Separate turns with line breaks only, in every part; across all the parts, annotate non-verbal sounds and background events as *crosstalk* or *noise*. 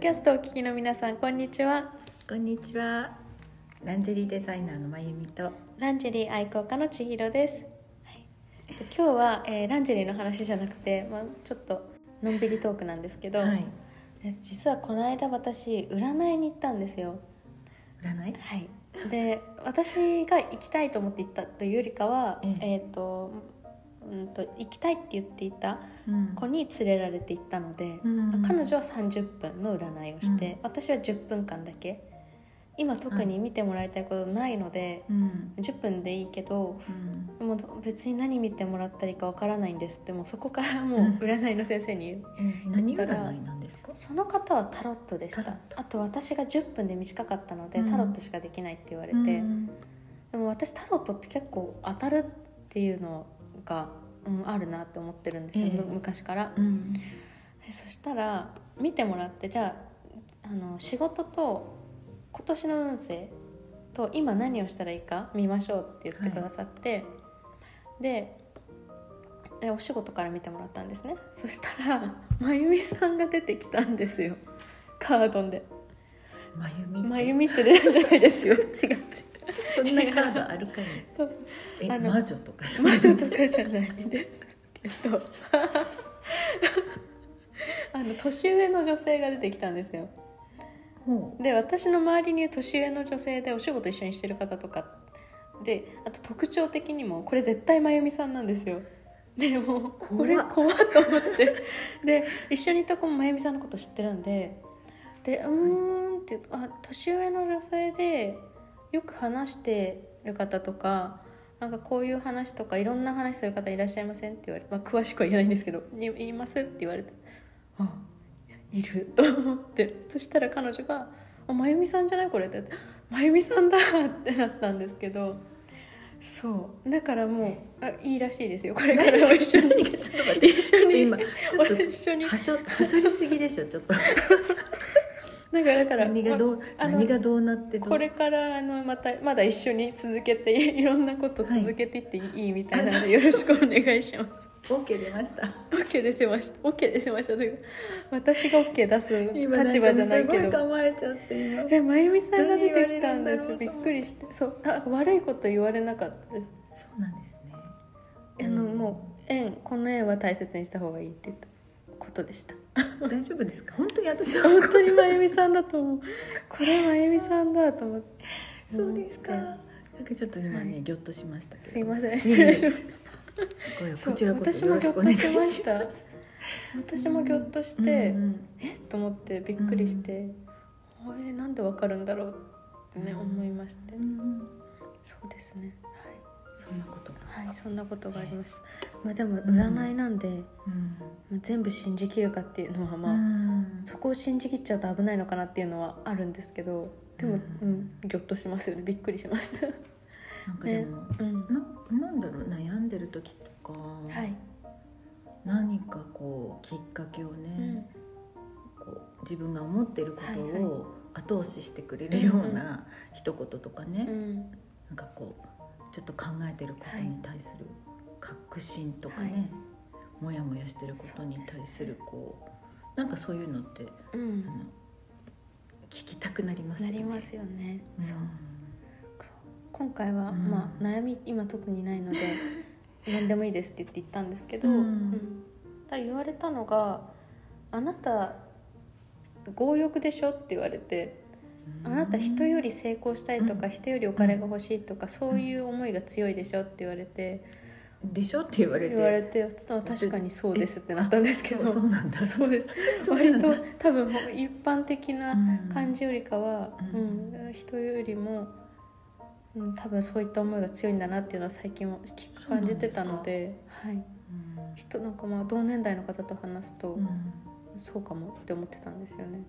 キャストをお聞きの皆さんこんにちは
こんにちは。ランジェリーデザイナーのまゆみと。
ランジェリー愛好家の千尋です、はいえっと今日は、えーランジェリーの話じゃなくて、まあ、ちょっとのんびりトークなんですけど、
はい。
え実はこの間私占いに行ったんですよ
占い。
はい、で私が行きたいと思って行ったというよりかは、
ええ
えーとうん、と行きたいって言っていた
うん
子に連れられて行ったので、
うん
彼女は30分の占いをして、
うん
私は10分間だけ今特に見てもらいたいことないので、
うん。
10分でいいけど
うん。
もう別に何見てもらったらいいかわからないんですってもうそこからもう占いの先生に言う
え、何占いなんですか。
その方はタロットでした
タロッ
あと私が10分で短かったので、
うん
タロットしかできないって言われて、
うん
でも私タロットって結構当たるっていうのが、うん、あるなって思ってるんですよ、
ええ
む昔から、
うん。
でそしたら見てもらってじゃああの仕事と今年の運勢と今何をしたらいいか見ましょうって言ってくださって、でえお仕事から見てもらったんですねそしたら *laughs* 真由美さんが出てきたんですよカードで
まゆみ。
真由。美って出たんじゃないですよ違う違う
そんなカードあ
*laughs*
るかね。
と
え、
あの
魔女とか。
魔女とかじゃないですけど *laughs* あの年上の女性が出てきたんですよ
ほ
で私の周りにいる年上の女性でお仕事一緒にしてる方とかであと特徴的にもこれ絶対真由美さんなんですよでもうこれ
怖っ
怖っと思ってで一緒にいた子も真由美さんのこと知ってるんででうーんってあ年上の女性でよく話してる方とかなんかこういう話とかいろんな話する方いらっしゃいませんって言われて、まあ、詳しくは言えないんですけど「い言います?」って言われて「あいる」と思ってそしたら彼女が「あ真由美さんじゃないこれ」って「真由美さんだ」ってなったんですけどそうだからもうあいいらしいですよこれからも一緒に
う。ちょっと待って。ちょっと今。ちょっと。
一緒に
はしょ、はしょりすぎでしょちょっと。
だからだから
何がどう、
あの
何がどうなってどう。
これからあのまたまだ一緒に続けていいろんなこと続けていっていい,、みたいなのでよろしくお願いします。
オーケー出ました。
OK 出てました OK 出てましたというか私が OK 出す
んか
立場じゃないけ
すごい
ど。
構えちゃって今。
え真由美さんが出てきたんで
何言われるんだろ
す
う
びっくりしてそうあ悪いこと言われなかったです
そうなんですね。
あの、
うん
もう縁この縁は大切にした方がいいって言ったことでした
大丈夫ですか。本当に私は。
本当に真由美さんだと
*laughs*
思うこれ真由美さんだと思って
そうですか。
う
なんんかちょっと今ね、ぎょっとしましたけど。
すいません失礼しました
声を
そ
こ
う
ちらこ
私
そよ
も
ろ
ぎょっ
しくお
と
願い
し
し
ま
ます。
した私もぎょっとして、
うん
えっと思ってびっくりして、おえなんでわかるんだろうってね、
うん
思いまして、
うんうん
そうですね
そんなことが。
はい、はい、そんなことがありましたまあでも占いなんで、
うん
まあ全部信じきるかっていうのはまあ、
うん
そこを信じきっちゃうと危ないのかなっていうのはあるんですけどでも、う、
うん
ぎょっとしますよねびっくりします、
なんかでも、
うん、
ななんだろう悩んでる時とか、
はい、
何かこうきっかけをね、こう自分が思ってること
はいは
を後押ししてくれるような一言とかね、
うん、うん、
なんかこうちょっと考えてることに対する確信とかね、もやもやしてることに対するこうなんかそういうのって
うん
あの聞きたくなりますよ
な
ね。
りますよね、
うん
そう今回は、
うん
まあ、悩み今特にない
*laughs*
ので何でもいいですって言って言ったんですけど、
うん
ただ言われたのが「あなた強欲でしょ?」って言われて「あなた人より成功したいとか、
う
人よりお金が欲しいとか、そういう思いが強いでしょ?」って言われて、
でしょって言われて
言われて「ちょっと確かにそうです」ってなったんですけど
そうそうなんだ
そうです
そう
割
なんだ
と多分一般的な感じよりかは、う
うんん
人よりも、うん、多分そういった思いが強いんだなっていうのは最近もき感じてたのではい、
うん
人なんかまあ同年代の方と話すと、
うん
そうかもって思ってたんですよね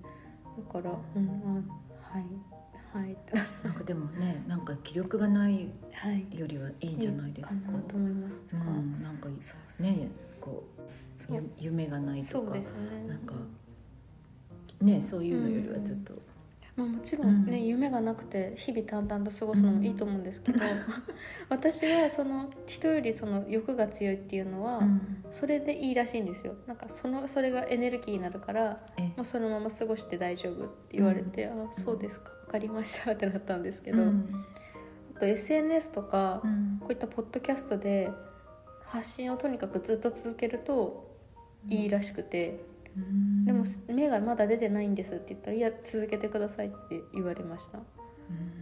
だから、うんあはいはいって
なんかでもねなんか気力がない
はい
よりはいいじゃないですか
いかなと思います
う
が、
ん、なんか
そうそう
ねこう
そう
ゆ夢がないと
そう
か
ですね
なんかねそういうのよりはずっと
まあ、もちろんね、
うん
夢がなくて日々淡々と過ごすのもいいと思うんです *laughs* けど、私はその人よりその欲が強いっていうのは、
うん
それでいいらしいんですよなんかそのそれがエネルギーになるから
え
もうそのまま過ごして大丈夫って言われて、ああそうですか分かりました *laughs* ってなったんですけど、
うん
あと SNS とか、
うん
こういったポッドキャストで発信をとにかくずっと続けるといいらしくて、
うん
でも目がまだ出てないんですって言ったら「いや続けてください」って言われました。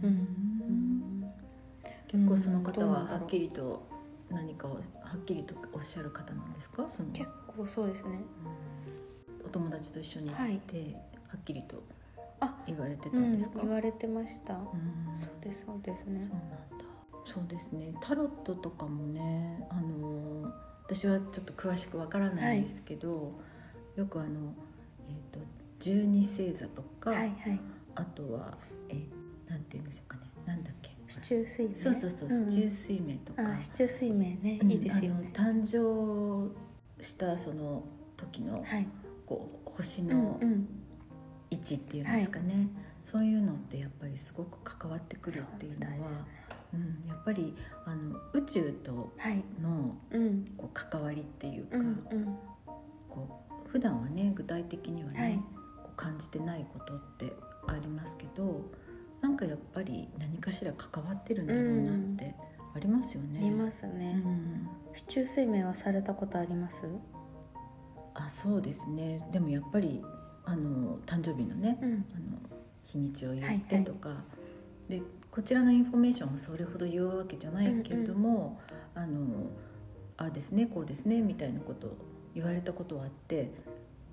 うん結構その方
うんどうなん
は
だろ
は
う
っきりと何かをはっきりとおっしゃる方なんですかその
結構そうですね
うんお友達と一緒に行って、
は
はいっきりと
あ
言われてた
うんん
ですか、
言われてました、
うん
そうですそうです
そう
ね
なんだそうですねタロットとかもねあのー私はちょっと詳しくわからないんですけど、よくあの、えー、と十二星座とか、
はいはい
あとは、えーなんて言うんでしょうかねなんだっけ
四柱水明
そうそうそう、
ん
四柱推命とか
あ四柱水明ね、
うん
いいですよね
あの誕生したその時の
はい
こう星
うん
の
うん
位置っていうんですかね、そういうのってやっぱりすごく関わってくるっていうの
そうみたい
は
ですね
うん、やっぱりあの宇宙と
はい
の
うん
こう関わりっていうか、
うんうん
こう普段はね具体的にはね、
はい
こう感じてないことってありますけどなんかやっぱり何かしら関わってるんだろうなってありますよね。
います
う
ね、
ん
四柱水明はされたことあります
あそうですねでもやっぱりあの誕生日のね、
うん
あの日にちを言
はい
ってとか、でこちらのインフォメーションはそれほど言うわけじゃないけれども、あのあですねこうですねみたいなことを言われたことはあって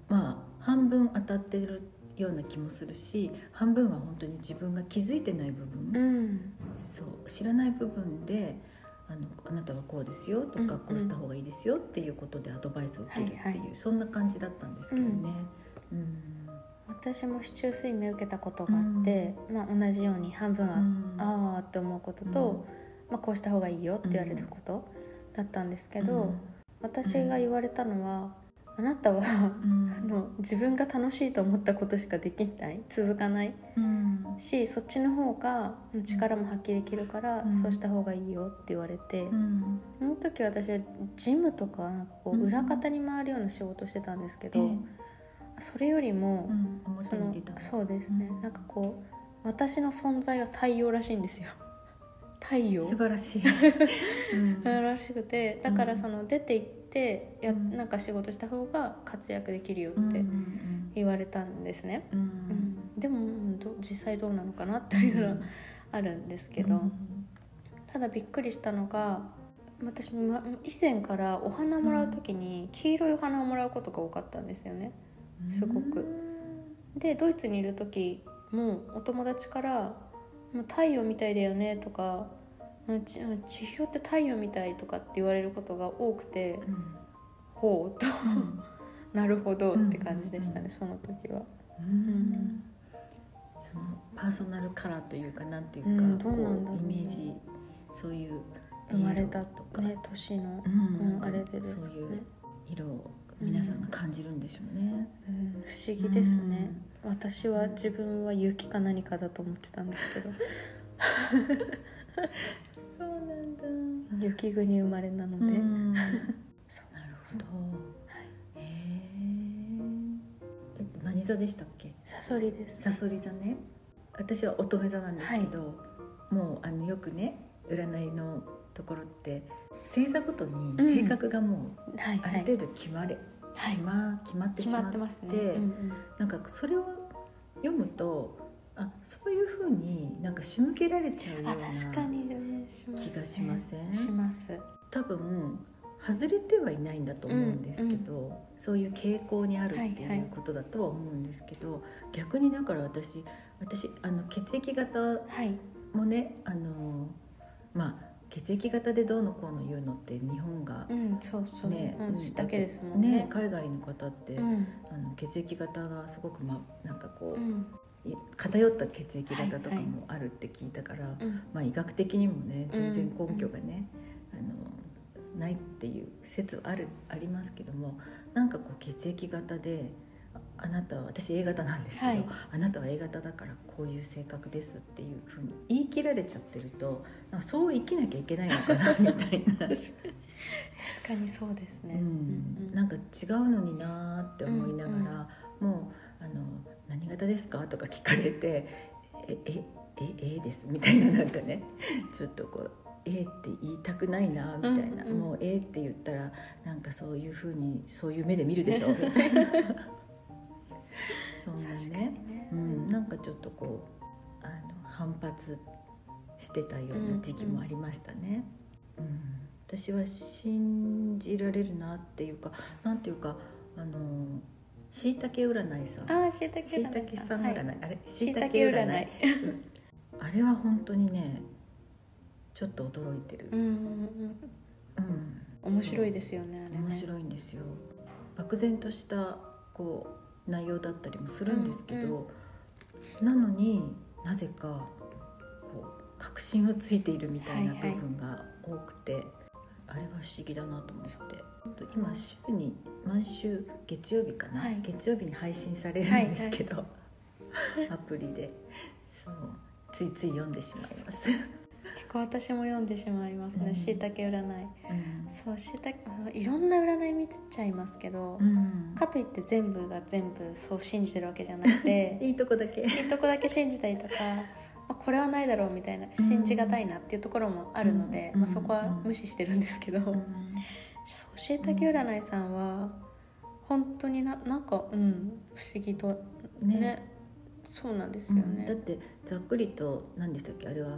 まあ半分当たってるような気もするし半分は本当に自分が気づいてない部分、
うん
そう知らない部分であのあなたはこうですよとか、
うんうん
こうした方がいいですよっていうことでアドバイスを受けるっていう、
はいはい
そんな感じだったんですけどね。うん
私も四柱水明受けたことがあって、まあ同じように半分は、ああって思うことと、まあ、こうした方がいいよって言われたことだったんですけど、私が言われたのは「あなたは *laughs*
うん
あの自分が楽しいと思ったことしかできない続かない
うん
しそっちの方が力も発揮できるから、
うん
そうした方がいいよ」って言われて、
うん
その時私はジムとかなんかこ
うん
う裏方に回るような仕事をしてたんですけど、それよりも、
うん
そ
表
の
に出たの
そうですね、
うん
なんかこう私の存在が太陽らしいんですよ太陽
素晴らしい、うん
らしくてだからその出て行ってや
うん
なんか仕事した方が活躍できるよ
うん
っ
う
て
ん
言われたんですね、
う
うんんでもうんど実際どうなのかなっていうのは
うん
あるんですけど、
うん
ただびっくりしたのが私ま以前からお花もらう時に黄色いお花をもらうことが多かったんですよね。すごくでドイツにいる時もお友達から「もう太陽みたいだよね」とか「うんちうん千尋って太陽みたい」とかって言われることが多くて
うん
「ほう」と「なるほど」って感じでした
うんうんう
ねその時は。
うんうんそのパーソナルカラーというかなんていうか、
うんどうなんだろうね
こイメージそういう
生まれた
色とか、
ね年の
う、ん
うん
なんか
あれでです
そ
か
う
ね
いう色を皆さんが感じるんでしょうね、
うん不思議ですね。私は自分は雪か何かだと思ってたんですけど
そうなんだ
雪国生まれなので、
うんなる
そ
ほど。へえ。え何座でしたっけ？
サソリです
サソリ座ね。私は乙女座なんですけど、もうあのよくね占いのところって星座ごとに
うん
性格がもう
はい
あ
は
る
い
程度決まれ、
はい
決ま決まってし
決
ま
ま
っ
っててますね、うん
なんかそれを読むとあそういう風になんか仕向けられちゃう
う
ようんな
あ確かにねしますね
気がしません。
します
多分外れてはいないんだと思うんですけど、そういう傾向にあるって
はい
い
はいう
ことだとは思うんですけど、逆にだから私私あの血液型
はい
もねあのまあ血液型でどうのこうの言うのって日本が
うんそうそう、
ね、
うん、知ったけですも
だ
ん
って
ね
海外の方って、
うん
あの血液型がすごく、ま、なんかこ
う
う、
ん
い偏った血液型とか
はいはい
もあるって聞いたから、
うん
まあ、医学的にもね全然
うん
根拠がね、あのないっていう説はあるありますけどもなんかこう血液型であなたは私 A 型なんですけど、
はい
あなたは A 型だからこういう性格ですっていうふうに言い切られちゃってるとなんかそう生きなきゃいけないのかなみたい
*laughs*
な、
確かにそうです
う
ね。
ん、なんか違うのになーって思いながら、もうあの「何型ですか?」とか聞かれて「えええええです」みたいななんかね *laughs* ちょっとこう。A って言いたくないなみたいな、
うんうん
もう A って言ったらなんかそういうふうにそういう目で見るで
*laughs*
しょみたいな *laughs* そんな
確か
ね
にね。
うん、なんかちょっとこうあの反発してたような時期もありましたね。うん私は信じられるなっていうかなんていうかあのしいたけ占いさん
ああ、しいたけ
しいたけさん占い、
はい。
あれし
し
い
い
た
た
け
け
占い
占い。
あれは本当にねちょっと驚いてる、
うんうん
う
う
ん
ん、面白いですよね。あれね
面白いんですよ漠然としたこう内容だったりもするんですけど、なのになぜかこう確信をついているみたいな
は
部
いはい
分が多くて、あれは不思議だなと思って今週に毎週月曜日かな、
はい
月曜日に配信されるんですけど、 *laughs* アプリでそうついつい読んでしまいます。
結構私も読んでしまいます
うん
ね。しいたけ占い。 *laughs*
うん
そう、しいたけ、あのいろんな占い見てちゃいますけど。
うん
かといって全部が全部そう信じてるわけじゃなく
*laughs*
て
いいとこだけ
いいとこだけ信じたりとか、まあ、これはないだろうみたいな信じがたいなっていうところもあるので、
うん
まあ、そこは無視してるんですけど、
うん
そうしいたけ占いさんは本当にななんかうん不思議とねそうなんですよ
うんだっ
ね。
てざっくりと何でしたっけあれは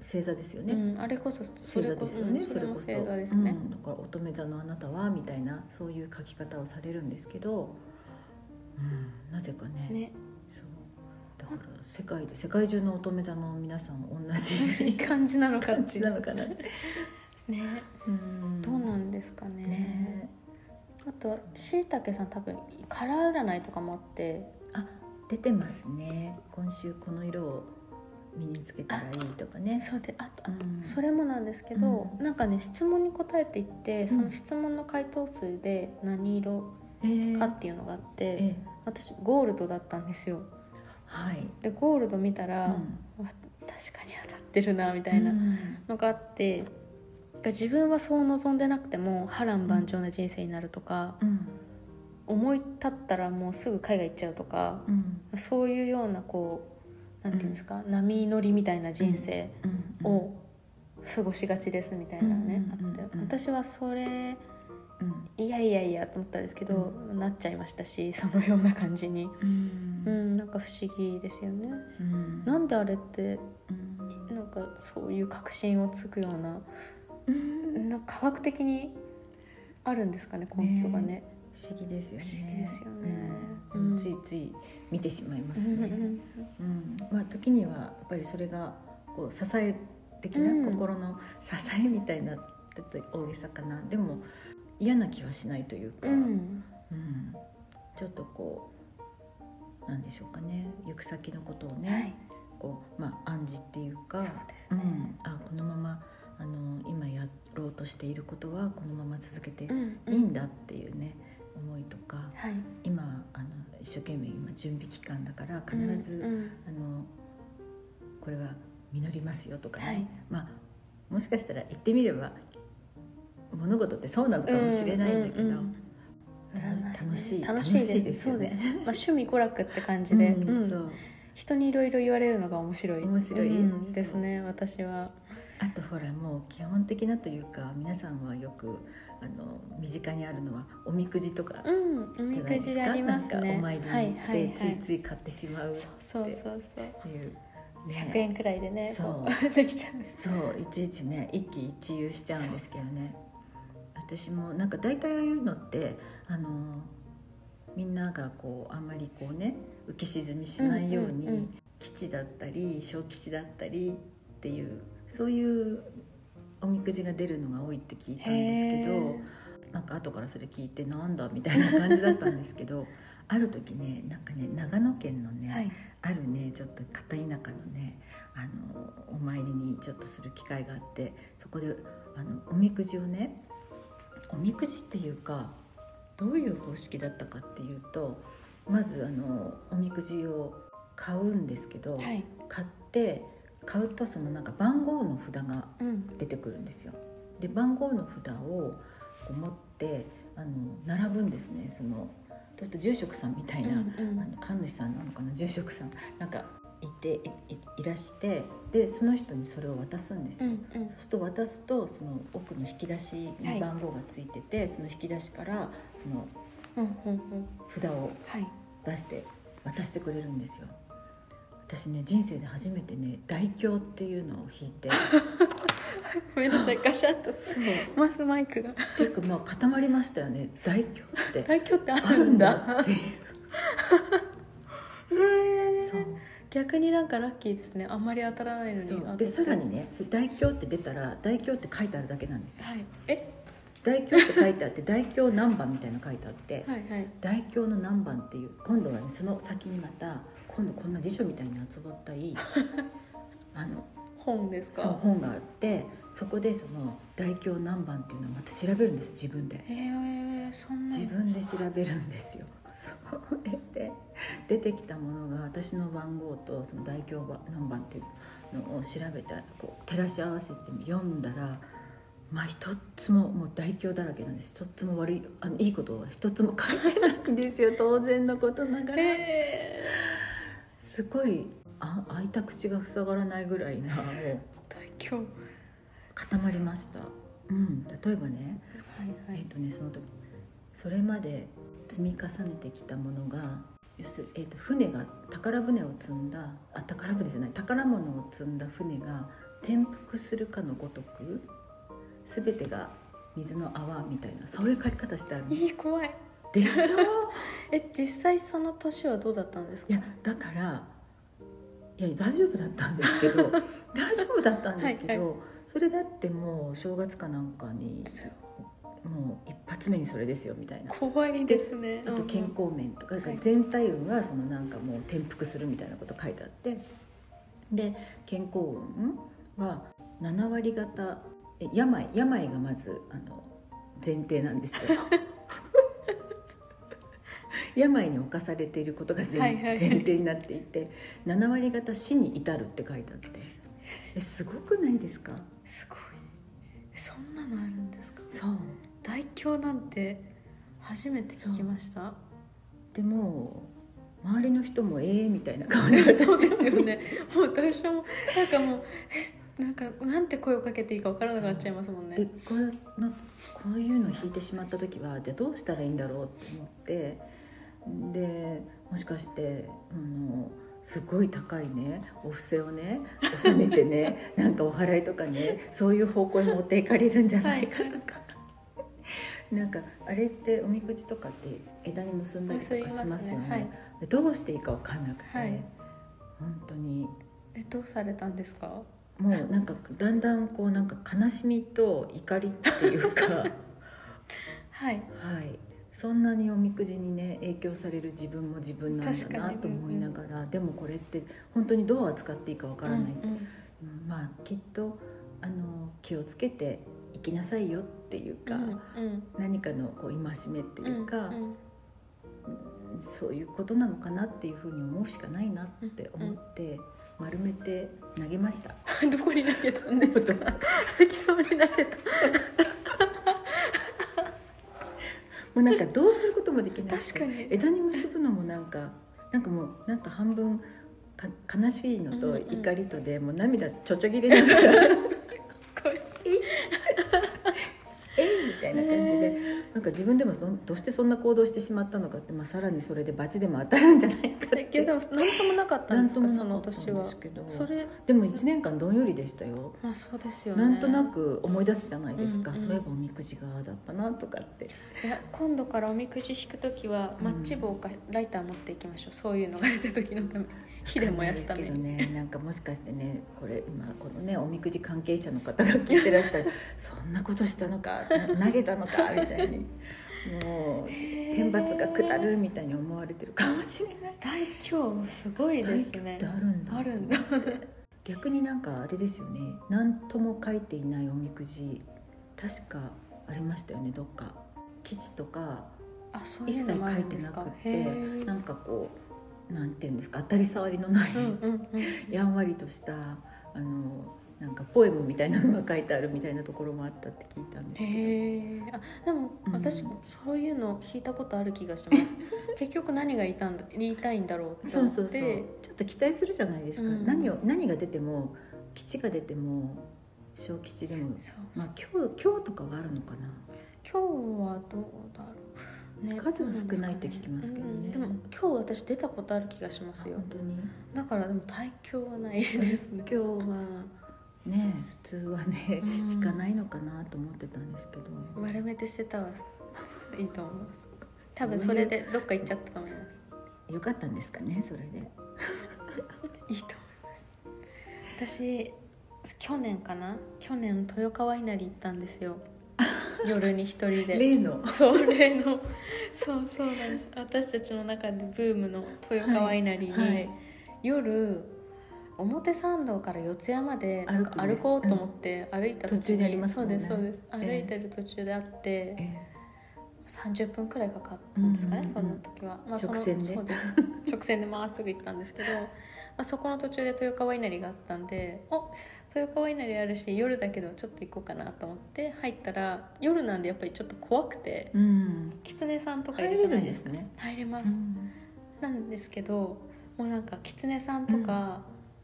星座ですよ
う
ね、
ん、あれこそそ
星座
れこ
ですよね、
うん
そ
そ
れ
れも
こそ
星座ですね
う。んだから乙女座のあなたはみたいなそういう書き方をされるんですけど、うん、なぜかね
ね、
そうだから世界世界中の乙女座の皆さん同
そうい *laughs*
じ
う感じなのか
感
って
じ
いう
なのかな、
ね、
うん
どうなんですかね。
ね
あとしいたけさん多分カラー占いとかもあって、
あ出てますね今週この色を身につけたらいいとかね
そうであとあ
うん
それもなんですけど、
う
なんかね質問に答えていってそ
うん
の質問の回答数で何色
えー
かっていうのがあって、
え
私ゴールドだったんですよ。
ーはい、
でゴールド見たら、
うん
わ確かに当たってるなみたいな
うん
のがあって、が自分はそう望んでなくても波乱万丈な人生になるとか、
うん
思い立ったらもうすぐ海外行っちゃうとか
うん
そういうようなこうなんていうんですか、波乗りみたいな人生
うん
を過ごしがちですみたいなね、
うんうんうんうん
あって私はそれ
うん
いやいやいやと思ったんですけど、なっちゃいましたしそのような感じに、
う
うんん、なんか不思議ですよね。
うん
なんであれって
うん
なんかそういう確信をつくようななんか科学的にあるんですかね根拠がね。
不思議ですよね
不思議ですよね
うん
うん
ついつい見てしまいま
う
す
んう
ね
ん
うんまあ時にはやっぱりそれがこう支え的な、
うん
心の支えみたいなちょっと大げさかなでも嫌な気はしないというか、
うん
うんちょっとこうなんでしょうかね行く先のことをね、
はい、
こうまあ暗示っていう
そう
か
です
う
ね。
ん、あこのままあの今やろうとしていることはこのまま続けて
う
い
んうん
いんだっていうね、思いとか
はい、
今あの一生懸命今準備期間だから必ず、
うん
あのこれは実りますよとかね、
はい
まあもしかしたら言ってみれば物事ってそうなのかもしれないんだけど、
うううん
楽楽しい
楽しいです
楽しいです
そ
よ
う
ね
です、まあ、趣味娯楽って感じで、
うん
うん
そう
人にいろいろ言われるのが面白い
面白い
うんですね私は
あとほらもう基本的なというか皆さんはよくあの身近にあるのはおみくじとか
うんおみ
じゃな
く
いで
じ
す
であ
か
ります
なんかお
ね
参りに
はい
行って、
はいはい
ついつい買ってしまうっ
そうそうそう
ていう、
100円くらいでね
そう
こう *laughs* できちゃうんです
そういちいちね一喜一憂しちゃうんですけどね私もなんか大体ああいうのってあのみんながこうあんまりこうね浮き沈みしないよう
う
に、
んうんうん
基地だったり小吉だったりっていうそういうおみくじが出るのが多いって聞いた
へ
んですけど
ー
なんか後からそれ聞いてなんだみたいな感じだったんですけど *laughs* ある時ねなんかね長野県のね、
はい
あるねちょっと片田舎のねあのお参りにちょっとする機会があってそこであのおみくじをねおみくじっていうかどういう方式だったかっていうとまずあのおみくじを買うんですけど、
はい、
買って買うとそのなんか番号の札が
うん、
出てくるんですよ。で番号の札をこう持ってあの並ぶんですねそのちょっと住職さんみたいな、
うんうん
あの神主さんなのかな住職さんなんかいていいいらしてでその人にそれを渡すんです
う
よ。
んうん
そうすると渡すとその奥の引き出しに番号がついてて、その引き出しからその
うんうんうん
札を
はい
出して渡してくれるんですよ私ね人生で初めてね大凶っていうのを引いて
ごめんなさいガシャッと
そうっ
マスマイクが
ていうかまあ固まりましたよね大凶って
大凶ってあ
あ
る
る
ん
ん
だ
だっていう
へー
そう
逆になんかラッキーですねあんまり当たらないのに
そう
あ
でさらにねそれ大凶って出たら大凶って書いてあるだけなんですよ
はいえ
大凶って書いてあって大凶何番みたいなの書いてあって
はいはい
大凶の何番っていう今度はねその先にまた今度こんな辞書みたいに厚ぼったいあの
本です
そう
か
本があってそこでその大凶何番っていうのをまた調べるんですよ自分で
へえそんな
自分で調べるんですよそうで出てきたものが私の番号とその大凶何番っていうのを調べたこう照らし合わせて読んだらまあ一つももう大凶だらけなんです一つも悪いあのいいことは一つも書いてないんですよ当然のことながら
へえ
すごいあ開いた口が塞がらないぐらいなもう
大凶は
固まりました、うん、例えばね、
いは
えっ、
い
とねその時それまで積み重ねてきたものが要するえっと船が宝船を積んだあ宝船じゃない宝物を積んだ船が転覆するかのごとく全てが水の泡みたいなそういう書き方してあるの
いい怖い
でしょ
え実際その年はどうだったんですか
いやだからいや大丈夫だったんです
*laughs*
けど大丈夫だったんですけど、
は
それだってもう正月かなんかに
そう
もう一発目にそれですよみたいな
怖いですね
あと健康面とかだから全体運はそのなんかもう転覆するみたいなこと書いてあってで健康運は7割方え病病がまずあの前提なんですよ
*laughs*
病に侵されていることが前,、
はいはい
前提になっていて7割方死に至るって書いてあってえすごくないですか
うんすごいそんなのあるんですか
そう
大凶なんて初めて聞きました
でも周りの人もええみたいな感じ
そうですよね。もうどうしようもなんかもうえなんかなんて声をかけていいかわからなくなっちゃいますもん
で
ね。
これのこういうのを引いてしまった時はじゃあどうしたらいいんだろうって思ってでもしかしてあのすごい高いねお布施をね納めて
*laughs*
ねなんかお祓いとかねそういう方向に持っていかれるんじゃないかとか。なんかあれっておみくじとかって枝に結んだりとかします
結び
よね
ますねはい
でどうしていいか分かんなくて、
はい
本当に
えどうされたんですか。
もうなんかだんだんこうなんか悲しみと怒りっていうかはい
はい。
そんなにおみくじにね影響される自分も自分なんだ
確か
な
に
と思いながら、でもこれって本当にどう扱っていいかわからない、
うんうん
うんまあきっとあの気をつけて生きなさいよっていうか、
うんうん
何かのこう戒めっていうか、
うん
うんそういうことなのかなっていうふうに思うしかないなって思って、丸めて投げました。
うん、どこに投げたんですか。
*laughs*
関様に投げた。
もうなんかどうすることもできないし
確かに
枝に結ぶのもなんかなんかもうなんか半分か悲しいの
うん
と
うん
怒りとで、もう涙ちょちょぎれながら *laughs*
これ
えいみたいな感じで、なんか自分でもそんどうしてそんな行動してしまったのかって、まあ、さらにそれで罰でも当たるんじゃないかっ
えいやで
て。
もなんともなかったん
な
で
ん
す
と
か
も
そ
なか
の
った
年
んで
は
す。けど
それ
でも1年間どんよりでしたよ
まあそうですよね。
なんとな。く思い出すじゃないですか、
うんうん
そういえばおみくじがああだったなとかって
いや今度からおみくじ引くときはマッチ棒かライター持っていきましょう。そういうのが出た時の
*laughs*
ため、火で燃やすため
わか
に。
んないですけどねなんかもしかしてねこれ今このねおみくじ関係者の方が聞いて
*laughs*
らしたらそんなことしたのかな投げたのかみたいにもう天罰が下るみたいに思われてるかもしれない。
大凶すごいですね
大凶ってあるんだ
あるんだ
逆になんかあれですよね何とも書いていないおみくじ確かありましたよねどっか基地とか
ああそう
一
いう
切
のもあ
書い
るん
て
で
な
すか
く
へ
て
ー
なんかこうなんていうんですか当たり障りのない、
うんうんうん
やんわりとしたあのなんかポエムみたいなのが書いてあるみたいなところもあったって聞いたんですけ
へえあでも
うん
私、そういうの聞いたことある気がし
*laughs*
ます結局何が言いたんだ言いたいんだろう
ど
って
そう
思って
そうそうちょっと期待するじゃないですか、
うん
何を何が出ても吉が出ても小吉でも
そう
まあ今日今日とかはあるのかな
今日はどうだろうね
数が少ないって聞きますけどね
うんでも今日私出たことある気がしますよ
本当に
だからでも対響はないですね
今日はね普通はね
うん
引かないのかなと思ってたんですけど、
丸めて捨てたはいいと思います多分それでどっか行っちゃったと思います
よかったんですかねそれで
いいと思います私去年かな去年豊川稲荷行ったんですよ夜に一人
*laughs*
で
例の
それのそうそうなんです私たちの中でブームの豊川稲荷に、
はい
夜表参道から四谷までなんか歩
歩くんです
こうと思って歩いた時に
途中であります
そ
も
うん
ね
ですそうです歩
ええ
いてる途中であって、
え
30分くらいかかったんですかね、
うんうんうん
その時は、その
直線で
そうです
*laughs*
直線でまっすぐ行ったんですけど、まあ、そこの途中で豊川稲荷があったんでお豊川稲荷あるし夜だけどちょっと行こうかなと思って入ったら夜なんでやっぱりちょっと怖くて
ーうん
狐さんとかい
入
るじ
れ
ゃな
る
い
ん
で
ですす
か
ね、
入れま
う
す、
ん
なんですけどもうなんか狐さんとか、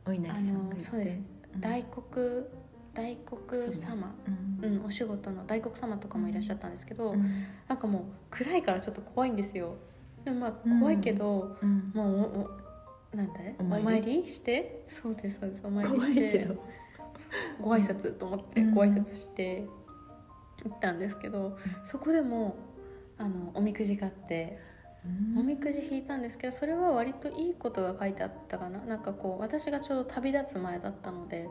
お稲荷さんがい
あの
て
そうです
うん
大黒大黒様
うん
うん、お仕事の大黒様とかもいらっしゃったんですけど、
うん
なんかもう暗いからちょっと怖いんですよでもまあ怖いけど、
うん
もうおおなんだい
お
お
参
参
り
りしてそうですそうですお参り
怖い
して
けど
ご挨拶と思って
うん
ご挨拶して行ったんですけど、そこでもあのおみくじがあっておみくじ引いたんですけどそれは割といいことが書いてあったかななんかこう私がちょうど旅立つ前だったので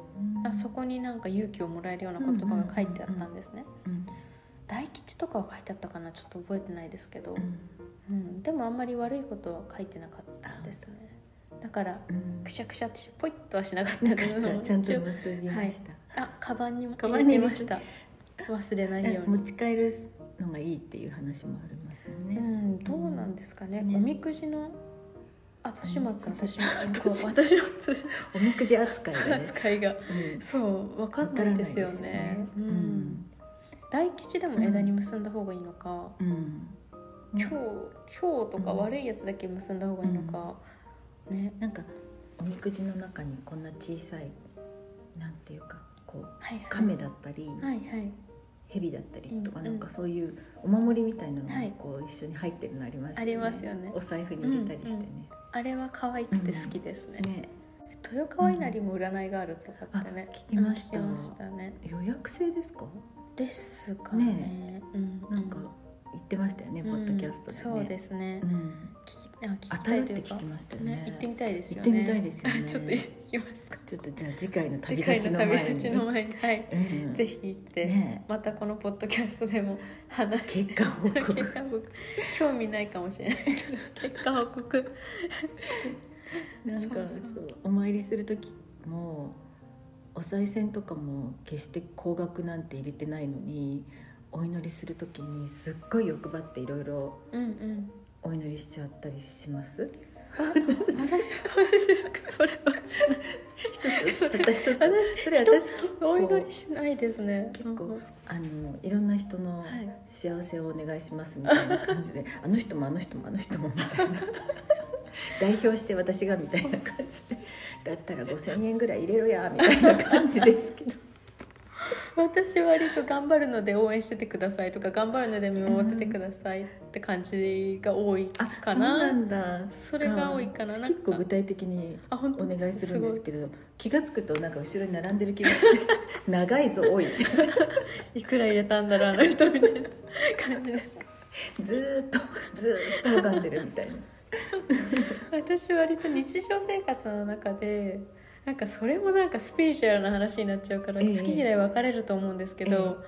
あそこになんか勇気をもらえるような言葉が書いてあったんですね
うん
大吉とかは書いてあったかなちょっと覚えてないですけど
う、
う
ん
ん、でもあんまり悪いことは書いてなかったですねだから
うん
くしゃくしゃってしポイッとはしなかった
な
け
かっ
ど
た *laughs* ちゃんと結びました、
あカバンにも
カ
入
バ
れ
ンに
て
入れ
ま
て
した忘れない
なん
よ
か
う
持
に。
ち帰るのがいいっていう話もありますよ
う
ね、
ん、どうなんですかね、
ね
おみくじのあ年末
おみく
私
じ
*laughs* 私私の
おみくじ扱いがね、
扱いが
うん
そう分かんないですよね
わからないですよねうん
大吉でも枝に結んだ方がいいのか、
うん
今日今日とか悪いやつだけ結んだ方がいいのか、ね
なんかおみくじの中にこんな小さいなんていうかこう
はいはい
亀だったり、
はいはい
蛇だったりとか、
うん
なんかそういうお守りみたいなのが
はい
こう一緒に入ってるのありますよね。
ありますよね
お財布に入れたりしてね。
あれは可愛くて好きですね、
ね
豊川稲荷も占いがあるとかってね、
あ聞きました
うん聞きましたね
予約制ですか？
ですかねうんう
なんか言ってましたよね、ポッドキャストでね。
そうですね、
うん
聞きあ聞き
当
た
た
い
るっ
と
て
いう
聞
か
きましたよね。
ね行ってみたいですよね
行ってみたいですよね
*laughs* ちょっと行きますか
ちょっとじゃあ次回の旅
次回
立ち
の
の
旅
前
立
に
ちの前にはい、
う
*laughs*
ん
ぜひ行って、
ね
またこのポッドキャストでも話し
結果報
*laughs* 結
告。
果報告興味ないかもしれないけど結果報告
なんか
そうそう
そうお参りする時もお賽銭とかも決して高額なんて入れてないのにお祈りする時にすっごい欲張っていろいろ
うんうん
お祈りしちゃったりし
*laughs*
ます
あ私はですかそれは
一つ
そ
た
れ
った一つ *laughs* それ
一つ
私結構
お祈りしないですね
結構
は
あのいろんな人の
い
幸せをお願いしますみたいな感じで、
*laughs*
あの人もあの人もあの人もみたいな *laughs* 代表して私がみたいな感じでだったら5,000円ぐらい入れろやみたいな感じで
*laughs*
すけど
私割と頑張るので応援しててくださいとか頑張るので見守っててくださいって感じが多い
あ
かな、
そうなんだ
それが多いかななんか
結構具体的に
あ本
お
当
願いするんです
ご
けど気が付くとなんか後ろに並んでる気が
*laughs*
して長いぞ多いって
いいくら入れたんだろうあの人みたいな感じです
ずーっとずーっと拝んでるみ
*laughs*
たいな
私割と日常生活の中でなんかそれもなんかスピリチュアルな話になっちゃうから、
ええ
好き嫌い分かれると思うんですけど、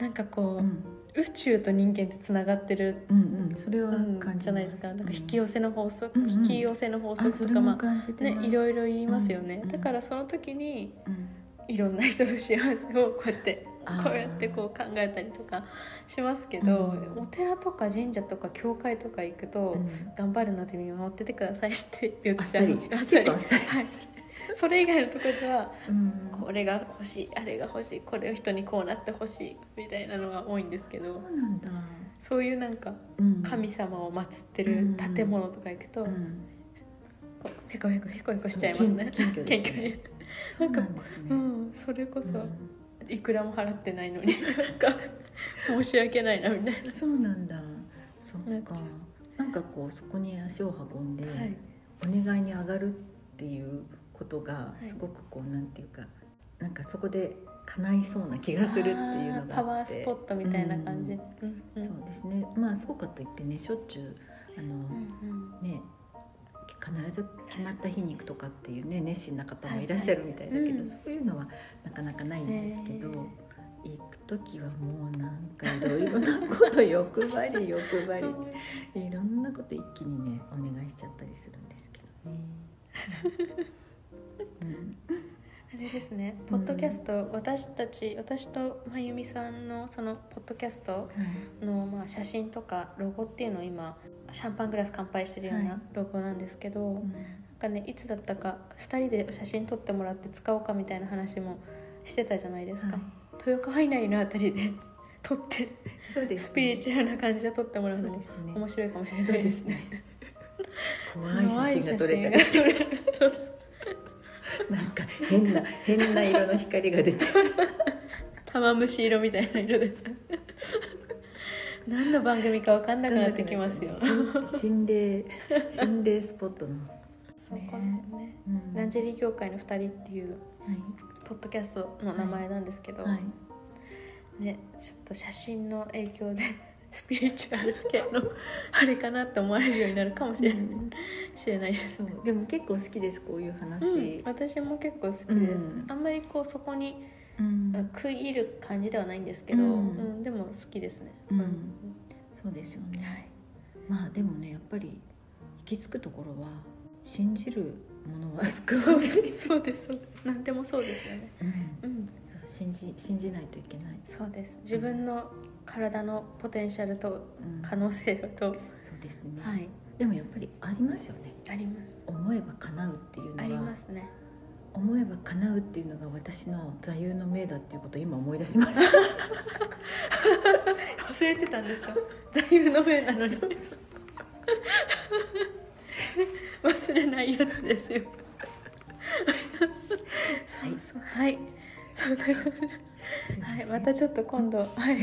なんかこ
う
う、
ん
宇宙と人間ってつながってる、
うんうんそれは感じます、
じゃないですかなんか引き
寄
寄せの法則、
うんうん
引き寄せの法
せ
則とかま
感じ
あ
て
ね
ます
いろいろ言いますよね、
うん
だからその時に
うん
いろんな人の幸せをこうやって
あー
こうやってこう考えたりとかしますけど、
うん
お寺とか神社とか教会とか行くと、
うん
頑張るので見守っててくださいって言っ
あっ
ち
さ
ゃう
り
あっさり
結構あっさり
はいそれ以外のところでは
うん
これが欲しいあれが欲しいこれを人にこうなってほしいみたいなのが多いんですけ
そ
ど
うなんだ、
そういうなんか
うん、
神様を祀ってる建物とか行くと、
うん
こうへこへこへこへこしちゃいますね
謙謙虚ですね
に
そうなんですね、
うんそれこそ、
うん
いくらも払ってないのになんか申し訳ないなみたい
そうなんだそ
な
っ
ん
か
か
なんかこうそこに足を運んで、
な、はい、
お願いに上がるっていうことが
い
すごくこう、なんていうかなんかそこで叶いそうな気がするっていうのがあって
パワースポットみたいな感じ、
う
うんんうん
そうですねまあすごかといってねしょっちゅうあの、
うん
ね必ず決まった日に行くとかっていうね熱心な方もいらっしゃるみたいだけど、
はいはいうん
そういうのはなかなかないんですけど、
ね
行く時はもうなんかいろいろなこと欲張り欲
*laughs*
張
うん
りいろんなこと一気にねお願いしちゃったりするんですけどね。うん
あれですね、
う
ポ
ん
ッドキャスト、私たち私とまゆみさんのそのポッドキャストのまあ写真とかロゴっていうのを今シャンパングラス乾杯してるよう
はい
なロゴなんですけど、なんかねいつだったか2人で写真撮ってもらって使おうかみたいな話もしてたじゃないですか、
はい
豊川稲荷のあたりで *laughs* 撮って
そうですね
スピリチュアルな感じで撮ってもらうの
そう
も
ですね
面白いかもしれないですね。
怖い写真が撮れ
怖
たり
い写真が撮れたり
*laughs*
そうそう
なんか変な変な色の光が出て
玉虫色みたいな色です。何の番組か分かんなくなってきますよ。
心霊心霊スポットの、
そうこのね、
うん
ランジェリー協会の二人っていう
は
ポッドキャストの名前なんですけど、
い、はい、
ねちょっと写真の影響でスピリチュアル系のあれかなって思われるようになるかもしれ,、しれないです。
そうでも結構好きですこういう話、
うん、私も結構好きです、
うん
あんまりこうそこに
うん
食い入る感じではないんですけど、
う
うんんでも好きですね、
うん
うん
そうですよ
は
ね
い、
まあでもねやっぱり行き着くところは信じるものは少
そ
な
う
い、
ですそうですそうです何でもそうですよねう
うん、
ん
そう信じ信じないといけない、
そうです自分の体のポテンシャルと
うん
可能性と、
そうですね、
はい
でもやっぱりありますよね
あります
思えば叶うっていう
あり
のは
ますね
思えば叶うっていうのが私の座右の銘だっていうことを今思い出しました
*laughs* 忘れてたんです
*laughs*
か座右の銘なのに忘れないやつですよそうそうはいそうだよはい、またちょっと今度、はい、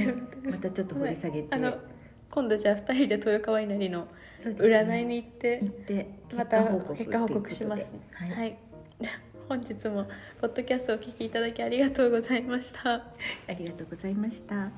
またちょっと掘り下げて、
あの今度じゃあ二人で豊川稲荷の
そうですね
占いに行って、
行って
また
結
結果報
果報告
告します
ということ
は
で
い、 *laughs*
はい、
じゃあ本日もポッドキャストをお聞きいただきありがとうございました。
ありがとうございました。